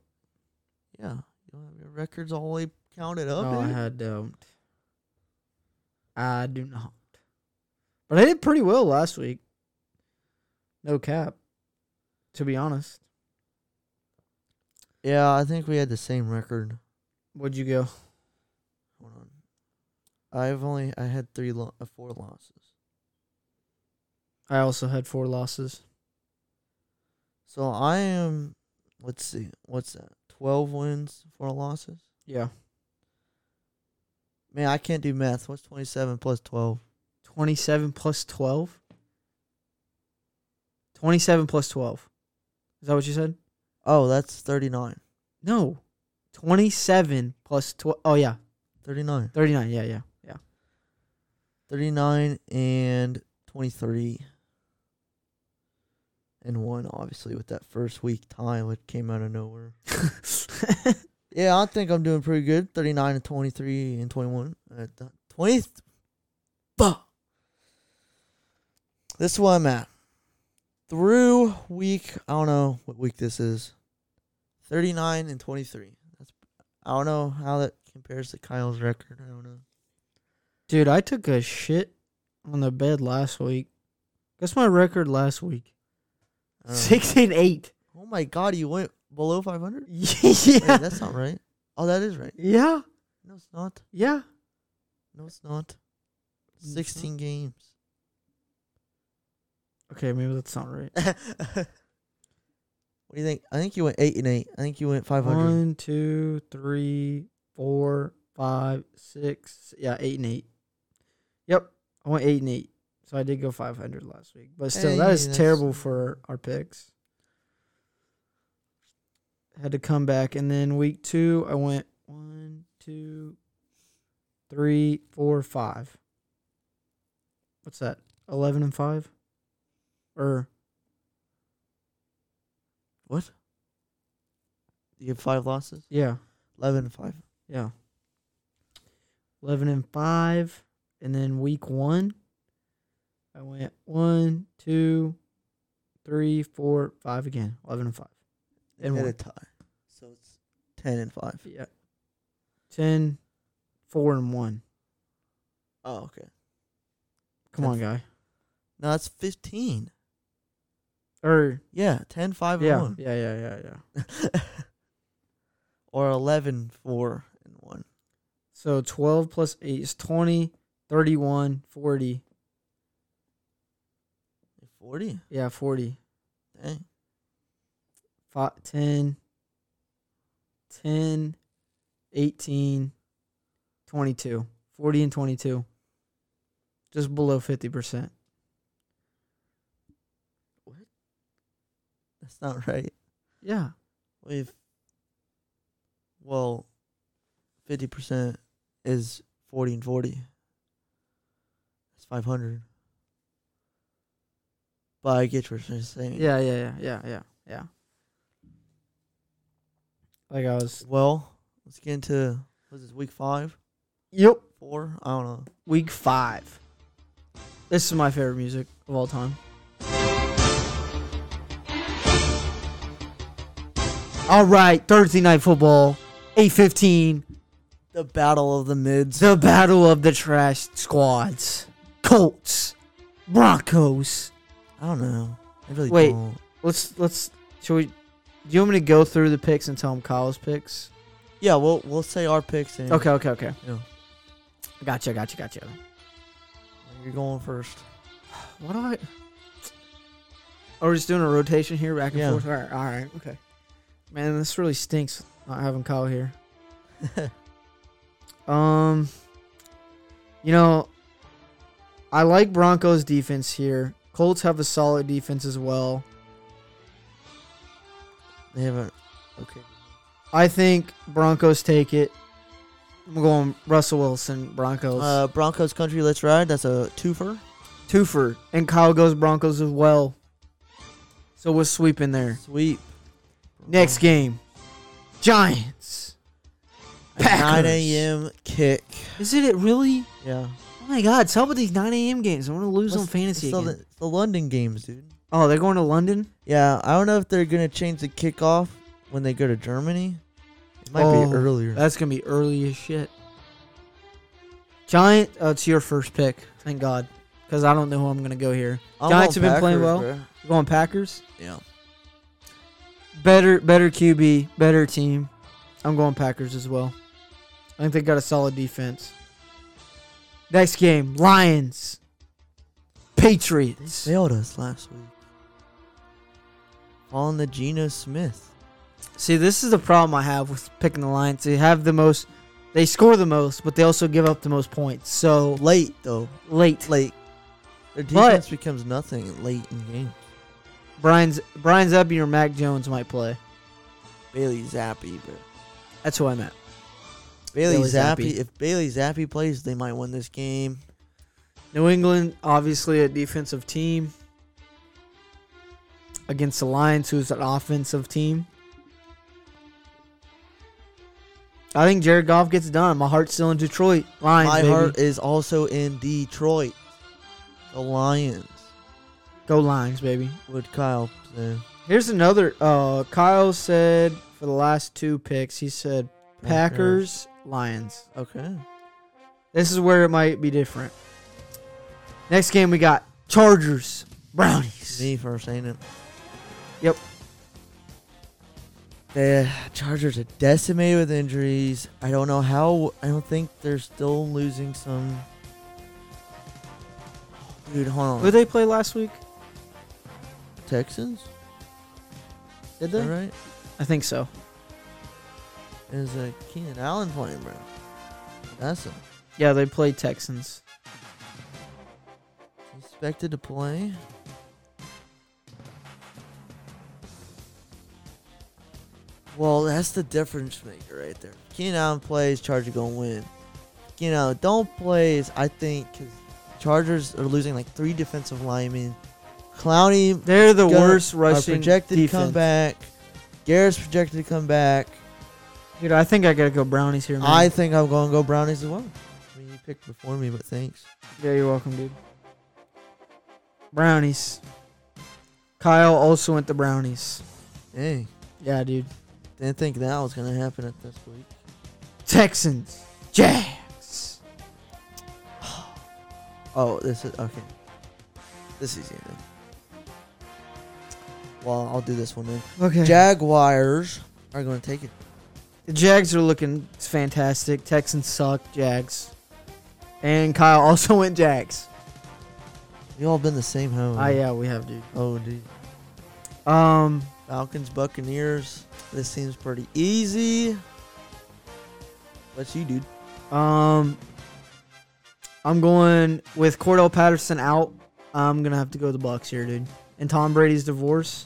S1: Yeah. You don't have your records all the way counted up? eh?
S2: no,
S1: dude?
S2: I don't. I do not. But I did pretty well last week. No cap. To be honest,
S1: Yeah, I think we had the same record.
S2: would you go?
S1: Hold on. I've only I had three lo- uh, four losses.
S2: I also had four losses.
S1: So I am let's see, what's that? Twelve wins, four losses?
S2: Yeah,
S1: Man, I can't do math. What's twenty seven plus twelve?
S2: twenty-seven plus twelve. Twenty-seven plus twelve. Is that what you said?
S1: Oh, that's thirty nine.
S2: No, twenty-seven plus twelve. Oh yeah,
S1: Thirty nine.
S2: thirty-nine. Yeah, yeah, yeah.
S1: Thirty nine and twenty three. And one, obviously, with that first week tie which came out of nowhere. Yeah, I think I'm doing pretty good. 39 and 23 and 21. Uh, th- 20. Bah. This is where I'm at. Through week, I don't know what week this is. 39 and 23. That's I don't know how that compares to Kyle's record. I don't know.
S2: Dude, I took a shit on the bed last week. Guess my record last week?
S1: I don't know.
S2: Six and eight.
S1: Oh my god, you went below 500? Wait,
S2: yeah.
S1: that's not right. Oh, that is right.
S2: Yeah.
S1: No, it's not.
S2: Yeah.
S1: No, it's not.
S2: it's not.
S1: 16 games.
S2: Okay, maybe that's not right.
S1: what do you think? I think you went eight and eight. I think you went five hundred.
S2: One, two, three, four, five, six. Yeah, eight and eight. Yep. I went eight and eight. So I did go 500 last week. But still, that
S1: Hey,
S2: is
S1: that's-
S2: terrible for our picks. Had to come back. And then week two, I went one, two, three, four, five. What's that? Eleven and five? Or
S1: What? You have five losses?
S2: yeah,
S1: 11 and 5.
S2: yeah. Eleven and five, and then week one, I went one, two, three, four, five again. Eleven and five. And
S1: And,
S2: one.
S1: a tie. So it's 10 and 5.
S2: Yeah. Ten, four, and one.
S1: Oh, okay.
S2: Come on, guy.
S1: No, that's 15.
S2: Or
S1: Yeah, 10, 5,
S2: Er, yeah,
S1: and 1.
S2: yeah, yeah, yeah, yeah.
S1: or 11, 4, and 1.
S2: So 12 plus 8 is 20, 31, 40.
S1: 40.
S2: Yeah, 40.
S1: Dang.
S2: Fi 10, 10, 18, 22. 40 and 22. Just below 50%.
S1: That's not right.
S2: Yeah.
S1: We've. Well, 50% is 40 and 40. That's 500. But I get what you're saying.
S2: Yeah, yeah, yeah, yeah, yeah, yeah. Like I was.
S1: Well, let's get into. Was this week five?
S2: Yep.
S1: Four? I don't know.
S2: Week 5. This is my favorite music of all time. All right, Thursday night football, 8:15,
S1: The Battle of the Mids.
S2: the battle of the trash squads. Colts, Broncos.
S1: I don't know. I really
S2: Wait.
S1: don't.
S2: Let's let's should we do you want me to go through the picks and tell them Kyle's picks?
S1: Yeah, we'll we'll say our picks and
S2: Okay, okay, okay.
S1: Yeah.
S2: Gotcha, gotcha, gotcha.
S1: you're going first.
S2: What do I? Oh, we're just doing a rotation here, back and
S1: Yeah.
S2: forth. All right, all right, okay. Man, this really stinks not having Kyle here. Um, you know, I like Broncos defense here. Colts have a solid defense as well.
S1: they haven't. Okay.
S2: I think Broncos take it. I'm going Russell Wilson, Broncos.
S1: Uh, Broncos country, let's ride. That's a twofer.
S2: Twofer and Kyle goes Broncos as well. So we're sweeping there.
S1: Sweep. Oh.
S2: Next game, Giants.
S1: A 9
S2: Packers.
S1: a.m. kick.
S2: Is it it really?
S1: Yeah.
S2: Oh my God! It's all about these 9 a.m. games. I want to lose on
S1: Let's-
S2: fantasy
S1: it's the,
S2: again.
S1: it's the London games, dude.
S2: oh, they're going to London.
S1: Yeah, I don't know if they're gonna change the kickoff when they go to Germany. It might
S2: Oh,
S1: be earlier.
S2: That's gonna be early as shit. Giant. Oh, it's your first pick. Thank God, because I don't know who I'm gonna go here.
S1: I'm
S2: Giants
S1: on
S2: have been playing
S1: Packers,
S2: well.
S1: bro.
S2: You're going Packers.
S1: Yeah.
S2: Better, better QB, better team. I'm going Packers as well. I think they got a solid defense. Next game, Lions.
S1: They
S2: Patriots.
S1: failed us last week. On the Geno Smith.
S2: See, this is the problem I have with picking the Lions. They have the most, they score the most, but they also give up the most points. So
S1: Late though.
S2: late,
S1: Late. Their
S2: But-
S1: defense becomes nothing late in games.
S2: Brian's Brian Zebby or Mac Jones might play.
S1: Bailey Zappi, bro.
S2: That's who I meant.
S1: Bailey,
S2: Bailey
S1: Zappi.
S2: Zappi.
S1: If Bailey Zappi plays, they might win this game.
S2: New England, obviously a defensive team against the Lions, who's an offensive team. I think Jared Goff gets it done. My heart's still in Detroit. Lions,
S1: My
S2: baby.
S1: heart is also in Detroit. The Lions.
S2: Go Lions, baby.
S1: Would Kyle uh, say?
S2: Here's another. Uh, Kyle said for the last two picks, he said Packers, Lions.
S1: Okay.
S2: This is where it might be different. Next game we got Chargers, Brownies.
S1: Me first, ain't it?
S2: Yep.
S1: The Chargers are decimated with injuries. I don't know how. I don't think they're still losing some. Dude, hold on.
S2: Who they play last week?
S1: Texans?
S2: Did
S1: All
S2: they?
S1: right.
S2: I think so.
S1: Is uh, Keenan Allen playing, bro? That's him.
S2: Yeah, they played Texans.
S1: Expected to play. Well, that's the difference maker right there. Keenan Allen plays, Chargers gonna win. You know, don't plays. I think 'cause Chargers are losing like three defensive linemen. Clowney
S2: They're the
S1: gonna-
S2: worst
S1: are
S2: rushing
S1: projected to
S2: defense.
S1: come back. Garrett's projected to come back.
S2: Dude, I think I gotta go brownies here, man.
S1: I think I'm gonna go Brownies as well. I mean, you picked before me, but thanks.
S2: yeah, you're welcome, dude. Brownies. Kyle also went the brownies.
S1: Hey,
S2: Yeah, dude.
S1: didn't think that was gonna happen at this week.
S2: Texans. Jags.
S1: Oh, this is okay. This is easy. Well, I'll do this one then.
S2: Okay.
S1: Jaguars are gonna take it.
S2: The Jags are looking fantastic. Texans suck. Jags. And Kyle also went Jags.
S1: You all been the same home.
S2: Ah, yeah, we have, dude.
S1: Oh, dude.
S2: Um,
S1: Falcons, Buccaneers. This seems pretty easy. What's you, dude?
S2: um, I'm going with Cordell Patterson out. I'm gonna have to go the Bucks here, dude. And Tom Brady's divorce.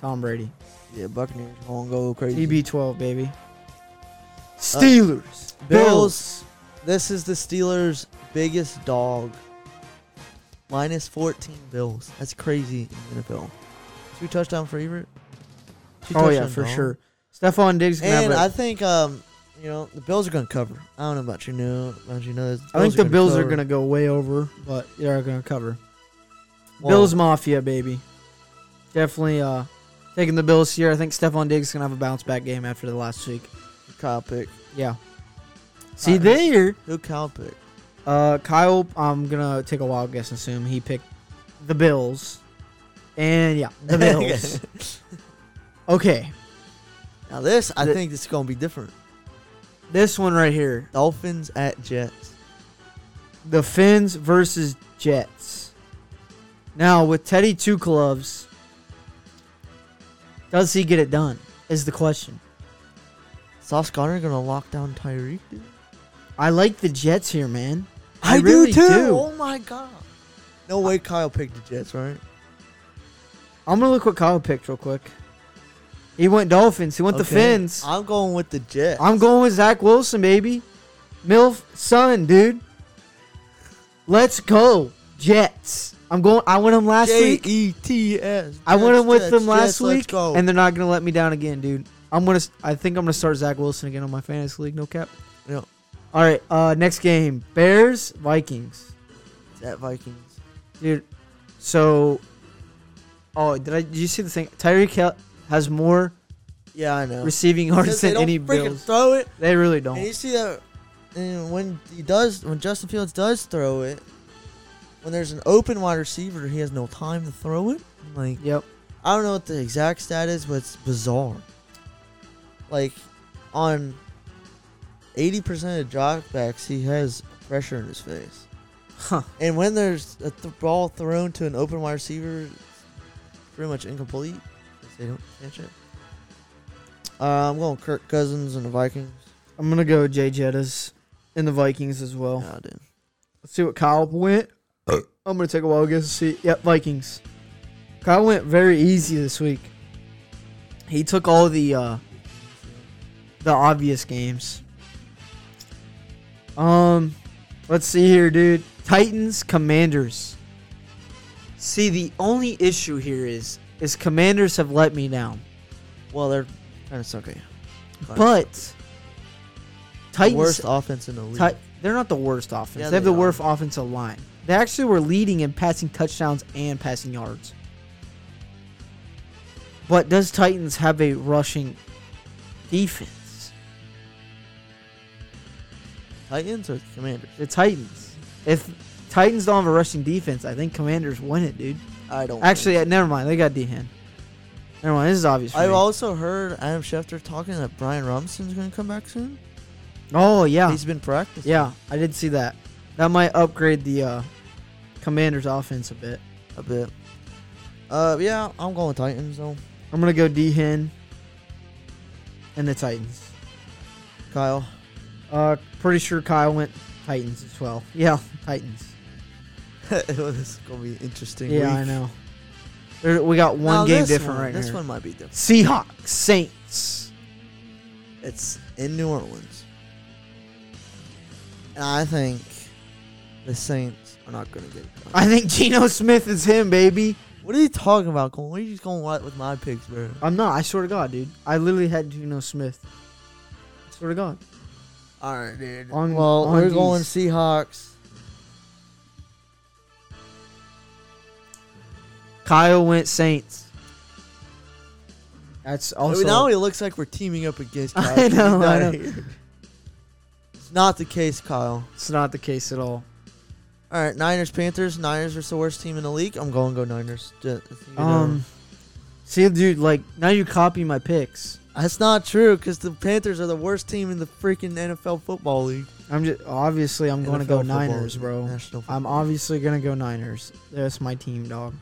S2: Tom Brady.
S1: Yeah, Buccaneers gonna go crazy.
S2: TB12, baby. Uh, Steelers.
S1: Bills. This is the Steelers' biggest dog. Minus 14 Bills. That's crazy in the NFL. Two touchdown favorite. Two
S2: Oh yeah,
S1: touchdown
S2: for
S1: dog.
S2: sure. Stephon Diggs. Gonna have
S1: And
S2: a-
S1: I think um, you know, the Bills are gonna cover. I don't know about you know, about you know.
S2: I think the Bills are
S1: cover.
S2: gonna go way over, but they're gonna cover.
S1: Well,
S2: Bills Mafia, baby. Definitely uh taking the Bills here. I think Stephon Diggs is gonna have a bounce back game after the last week.
S1: Kyle pick.
S2: Yeah. See
S1: Alright.
S2: there,
S1: Who Kyle pick?
S2: uh, Kyle. I'm gonna take a wild guess and assume he picked the Bills, and yeah, the Bills. okay,
S1: Now this, I
S2: The-
S1: think this is gonna be different.
S2: this one right here,
S1: Dolphins at Jets.
S2: the Finns versus Jets. Now with Teddy Two Gloves, does he get it done? Is the question.
S1: Sauce Gardner gonna lock down Tyreek. dude?
S2: I like the Jets here, man.
S1: I, do
S2: really
S1: too. Oh my god. No way, Kyle picked the Jets, right?
S2: I'm gonna look what Kyle picked real quick. He went Dolphins. He went the
S1: Okay.
S2: Fins.
S1: I'm going with the Jets.
S2: I'm going with Zach Wilson, baby. Milf son, dude. Let's go Jets. I'm going. I went him last
S1: J
S2: week.
S1: E T S.
S2: I went him with them
S1: Let's
S2: last week,
S1: go.
S2: and they're not gonna let me down again, dude. I'm gonna. s- I think I'm gonna start Zach Wilson again on my fantasy league. No cap.
S1: Yeah.
S2: All right. Uh, next game: Bears Vikings.
S1: at Vikings.
S2: dude. So, oh, did I? Did you see the thing? Tyreek Hill has more
S1: Yeah, I know.
S2: receiving
S1: Because
S2: yards
S1: they
S2: than
S1: don't
S2: any
S1: freaking
S2: Bills.
S1: throw it.
S2: They really
S1: And you
S2: don't.
S1: see that and when he does, when Justin Fields does throw it, when there's an open wide receiver, he has no time to throw it. Like
S2: Yep.
S1: I don't know what the exact stat is, but it's bizarre. Like on eighty percent of dropbacks, he has pressure in his face.
S2: Huh.
S1: And when there's a th- ball thrown to an open wide receiver, it's pretty much incomplete. 'cause They don't catch it. Uh, I'm going Kirk Cousins and the Vikings.
S2: I'm gonna go Jay Jettas and the Vikings as well.
S1: Yeah, Uh. dude.
S2: Let's see what Kyle went. I'm gonna take a wild guess and see. Yep, Vikings. Kyle went very easy this week. He took all the uh, the obvious games. Um, let's see here, dude. Titans, Commanders. See, the only issue here is is Commanders have let me down,
S1: Well, they're kind of okay.
S2: but Titans
S1: worst offense in the league.
S2: Ti- they're not the worst offense.
S1: Yeah,
S2: they have
S1: they
S2: the
S1: are.
S2: worst offensive line. They actually were leading in passing touchdowns and passing yards. But does Titans have a rushing defense?
S1: Titans or Commanders?
S2: The Titans. If Titans don't have a rushing defense, I think Commanders win it, dude.
S1: I don't.
S2: Actually, uh, never mind. They got Dehan. Never mind. This is obvious. for
S1: I've
S2: me.
S1: also heard Adam Schefter talking that Brian Robinson's going to come back soon.
S2: oh yeah,
S1: He's been practicing.
S2: yeah. I did see that. That might upgrade the uh, Commanders' offense a bit.
S1: a bit. Uh, yeah, I'm going with Titans though.
S2: I'm gonna go Dehan and the Titans.
S1: Kyle,
S2: Uh, pretty sure Kyle went Titans as well. Yeah, Titans.
S1: this is going to be an interesting.
S2: Yeah, I
S1: week.
S2: know. There, we got one
S1: Now,
S2: game
S1: this
S2: different
S1: one-
S2: right
S1: This
S2: here.
S1: one might be different.
S2: Seahawks, Saints.
S1: It's in New Orleans. And I think the Saints are not going to get it. done.
S2: I think Geno Smith is him, baby.
S1: what are you talking about, Cole? What are you just going what with my picks, bro?
S2: I'm not. I swear to God, dude. I literally had Geno Smith. I swear to God.
S1: All right, dude.
S2: On-
S1: well,
S2: on
S1: we're
S2: these.
S1: going Seahawks.
S2: Kyle went Saints. That's
S1: Also,
S2: also
S1: now it looks like we're teaming up against. Kyle.
S2: I know, I know.
S1: It's not the case, Kyle.
S2: it's not the case at all.
S1: All right, Niners, Panthers. Niners are the worst team in the league. I'm going go Niners. Ju- you know.
S2: Um, see, dude, like now you copy my picks.
S1: that's not true because the Panthers are the worst team in the freaking NFL football league.
S2: I'm just obviously I'm going to
S1: NFL
S2: go
S1: football
S2: Niners,
S1: league,
S2: bro.
S1: National
S2: I'm
S1: football league.
S2: obviously gonna go Niners. That's my team, dog.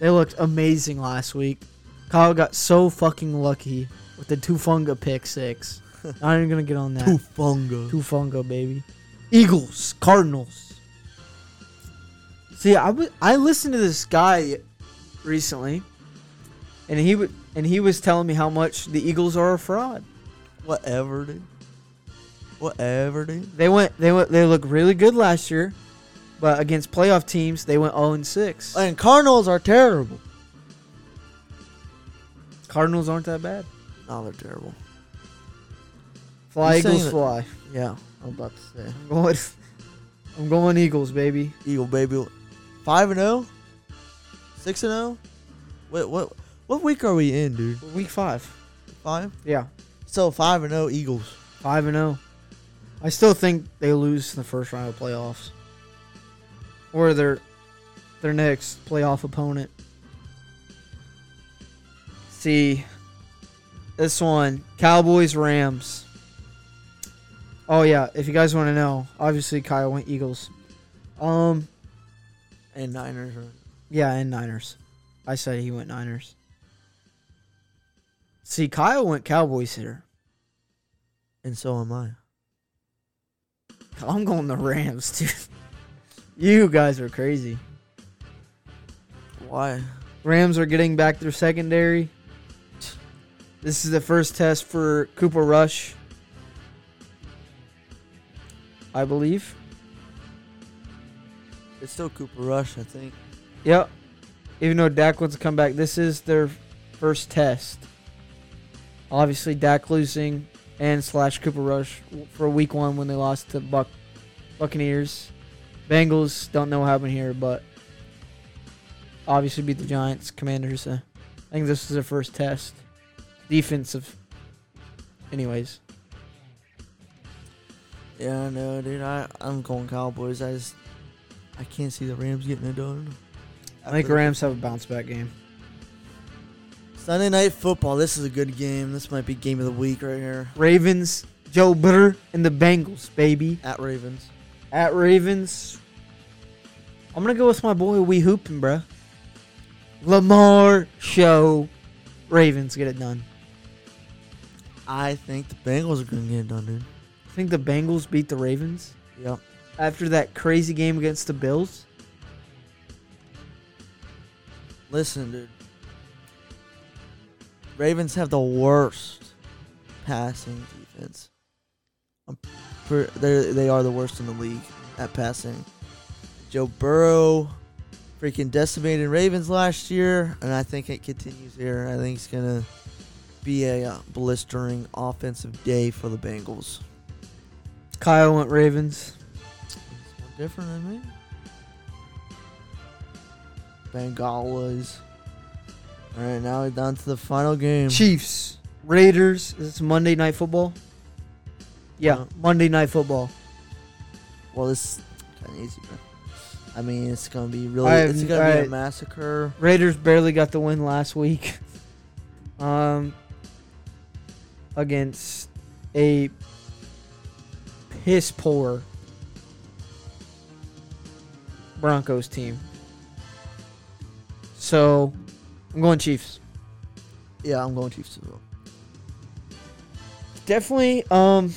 S2: They looked amazing last week. Kyle got so fucking lucky with the Tufunga pick six. Not even gonna get on that.
S1: Tufunga.
S2: Tufunga, baby. Eagles, Cardinals. See, I wa- I listened to this guy recently, and he would and he was telling me how much the Eagles are a fraud.
S1: Whatever, dude. Whatever, dude.
S2: They went they went they looked really good last year, but against playoff teams they went 0 and 6.
S1: And Cardinals are terrible.
S2: Cardinals aren't that bad.
S1: No, they're terrible.
S2: Fly
S1: You're saying
S2: Eagles
S1: that-
S2: fly.
S1: Yeah, I'm about to say.
S2: I'm going, I'm going Eagles, baby.
S1: Eagle baby, five and zero, six and zero. What what what week are we in, dude?
S2: Week five.
S1: Five.
S2: Yeah,
S1: So five and zero Eagles.
S2: five and zero. I still think they lose the first round of playoffs, or their their next playoff opponent. See, this one Cowboys Rams. Oh yeah, if you guys want to know, obviously Kyle went Eagles. Um,
S1: And Niners. Are,
S2: Yeah, and Niners. I said he went Niners. See, Kyle went Cowboys here.
S1: and so am I.
S2: I'm going the Rams, dude. You guys are crazy.
S1: Why?
S2: Rams are getting back their secondary. This is the first test for Cooper Rush. I believe.
S1: It's still Cooper Rush, I think.
S2: Yep. Even though Dak wants to come back, this is their first test. Obviously, Dak losing and slash Cooper Rush for week one when they lost to Buck Buccaneers. Bengals don't know what happened here, but obviously beat the Giants, Commanders. Uh, I think this is their first test. Defensive. Anyways,
S1: Yeah, I know, dude. I I'm going Cowboys. I just I can't see the Rams getting it done.
S2: I think Rams have a bounce back game.
S1: Sunday night football. This is a good game. This might be game of the week right here
S2: Ravens, Joe Burrow, and the Bengals, baby.
S1: at Ravens.
S2: At Ravens. I'm gonna go with my boy We Hoopin', bruh. Lamar show Ravens get it done.
S1: I think the Bengals are gonna get it done, dude.
S2: I think the Bengals beat the Ravens
S1: Yep.
S2: after that crazy game against the Bills.
S1: Listen, dude. Ravens have the worst passing defense. I'm per, they're- they are the worst in the league at passing. Joe Burrow freaking decimated Ravens last year, and I think it continues here. I think it's going to be a uh, blistering offensive day for the Bengals.
S2: Kyle went Ravens.
S1: It's more different than me. Bengalas. All right, now we're down to the final game.
S2: Chiefs. Raiders. Is this Monday night football? Yeah,
S1: No.
S2: Monday night football.
S1: Well, this kind of easy, bro. I mean, it's gonna be really.
S2: I have-
S1: it's gonna be
S2: alright.
S1: a massacre.
S2: Raiders barely got the win last week. Um against a piss poor Broncos team. So I'm going Chiefs.
S1: Yeah, I'm going Chiefs as well.
S2: Definitely um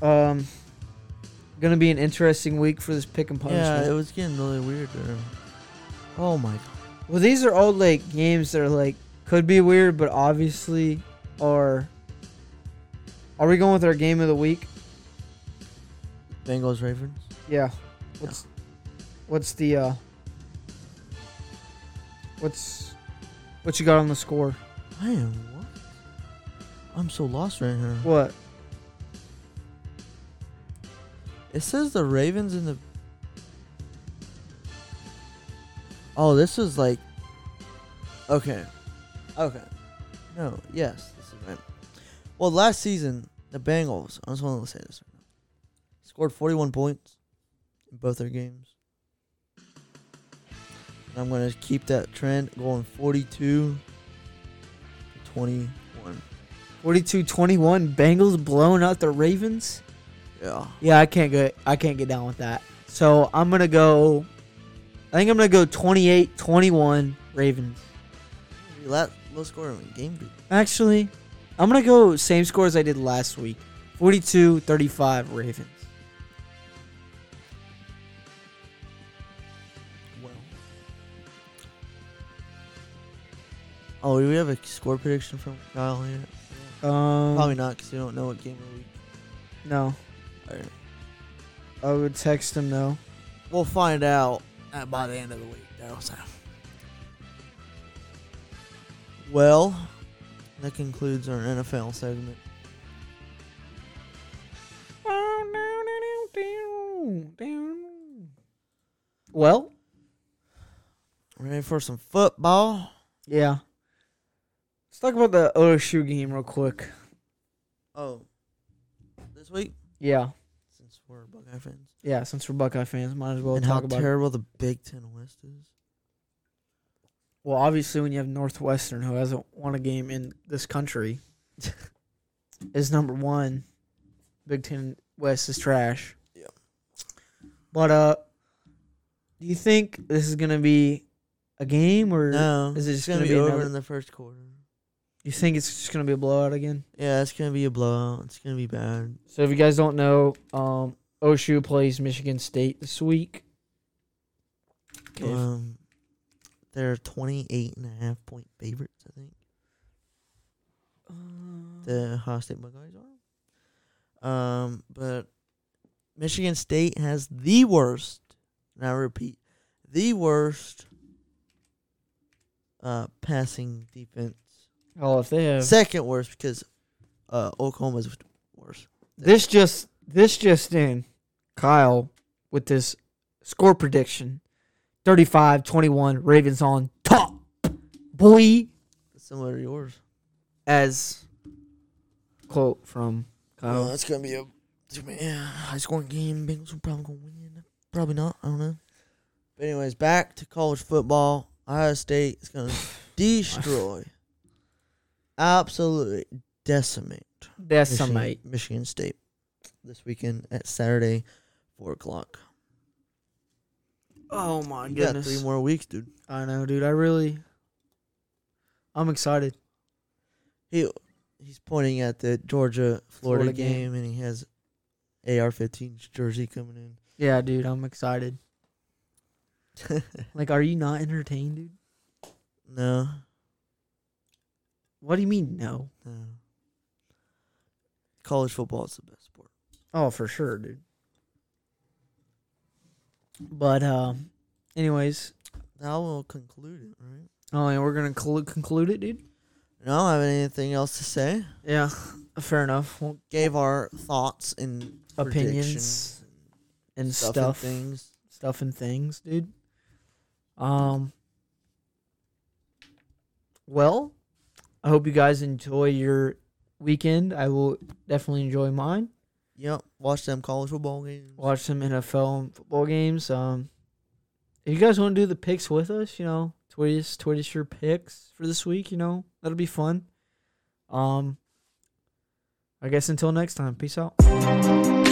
S2: um gonna be an interesting week for this pick and punishment.
S1: Yeah, it was getting really weird there. Oh my god.
S2: Well, these are all like games that are like could be weird, but obviously are Are we going with our game of the week?
S1: Bengals Ravens.
S2: Yeah. What's what's the uh what's what you got on the score?
S1: I am what? I'm so lost right here.
S2: What?
S1: It says the Ravens in the. Oh, this is like. Okay. Okay. No. Yes, this is right. Well, last season the Bengals. I just want to say this. Right now, scored 41 points in both their games. And I'm gonna keep that trend going. 42. to 21.
S2: 42-21 Bengals blowing out the Ravens?
S1: Yeah.
S2: Yeah, I can't get I can't get down with that. So, I'm going to go I think I'm going to go 28-21 Ravens.
S1: Last low score in game beat.
S2: Actually, I'm going to go same score as I did last week. 42-35 Ravens.
S1: Well. Oh, do we have a score prediction from Kyle here?
S2: Um
S1: Probably not, because we don't know what game of the week.
S2: no.
S1: Alright.
S2: I would text him though.
S1: We'll find out uh, by the end of the week, though. So. Well, that concludes our NFL segment.
S2: Well,
S1: Ready for some football?
S2: yeah. Let's talk about the OSU game real quick.
S1: Oh, this week
S2: Yeah,
S1: since we're Buckeye fans,
S2: yeah. Since we're Buckeye fans, might as well
S1: and how
S2: talk about. it.
S1: terrible the Big Ten West is.
S2: well, obviously, when you have Northwestern, who hasn't won a game in this country, is number one. Big Ten West is trash.
S1: Yeah.
S2: But uh, do you think this is gonna be a game or
S1: No,
S2: is it
S1: it's
S2: just
S1: gonna,
S2: gonna
S1: be,
S2: be
S1: over
S2: another-
S1: in the first quarter?
S2: you think it's just gonna be a blowout again?
S1: Yeah, it's gonna be a blowout. It's gonna be bad.
S2: So if you guys don't know, um, OSU plays Michigan State this week. Okay.
S1: Um, they're 28 and a half point favorites, I think. The Ohio State Buckeyes are. Um, but Michigan State has the worst, and I repeat, the worst uh, passing defense.
S2: oh, if they have
S1: Second worst because uh, Oklahoma's worse.
S2: this just this just in, Kyle with this score prediction, 35-21, Ravens on top, boy.
S1: Similar to yours.
S2: As quote from Kyle.
S1: Oh, that's gonna be a man, high scoring game. Bengals are probably gonna win. Probably not. I don't know. But anyways, back to college football. Ohio State is gonna destroy, absolutely decimate
S2: That's
S1: Michigan,
S2: some mate.
S1: Michigan State this weekend at Saturday, four o'clock.
S2: Oh my
S1: You got three more weeks, dude.
S2: I know, dude. I really, I'm excited.
S1: He he's pointing at the Georgia Florida,
S2: Florida
S1: game,
S2: game.
S1: and he has AR-15's jersey coming in.
S2: Yeah, dude. I'm excited. Like, are you not entertained, dude?
S1: no,
S2: What do you mean, no?
S1: no. College football is the best sport.
S2: Oh, for sure, dude. But, um, anyways,
S1: That will conclude it, right?
S2: oh, and we're gonna cl- conclude it, dude.
S1: No, I don't have anything else to say.
S2: Yeah, fair enough. Well,
S1: Gave our thoughts and
S2: Opinions and
S1: predictions,
S2: stuff,
S1: stuff,
S2: stuff,
S1: and things.
S2: and things, dude. Um, well, I hope you guys enjoy your weekend. I will definitely enjoy mine.
S1: Yep, watch them college football games.
S2: Watch some NFL and football games. Um, if you guys want to do the picks with us, you know, tweet us, tweet us your picks for this week. You know, that'll be fun. Um, I guess until next time, peace out.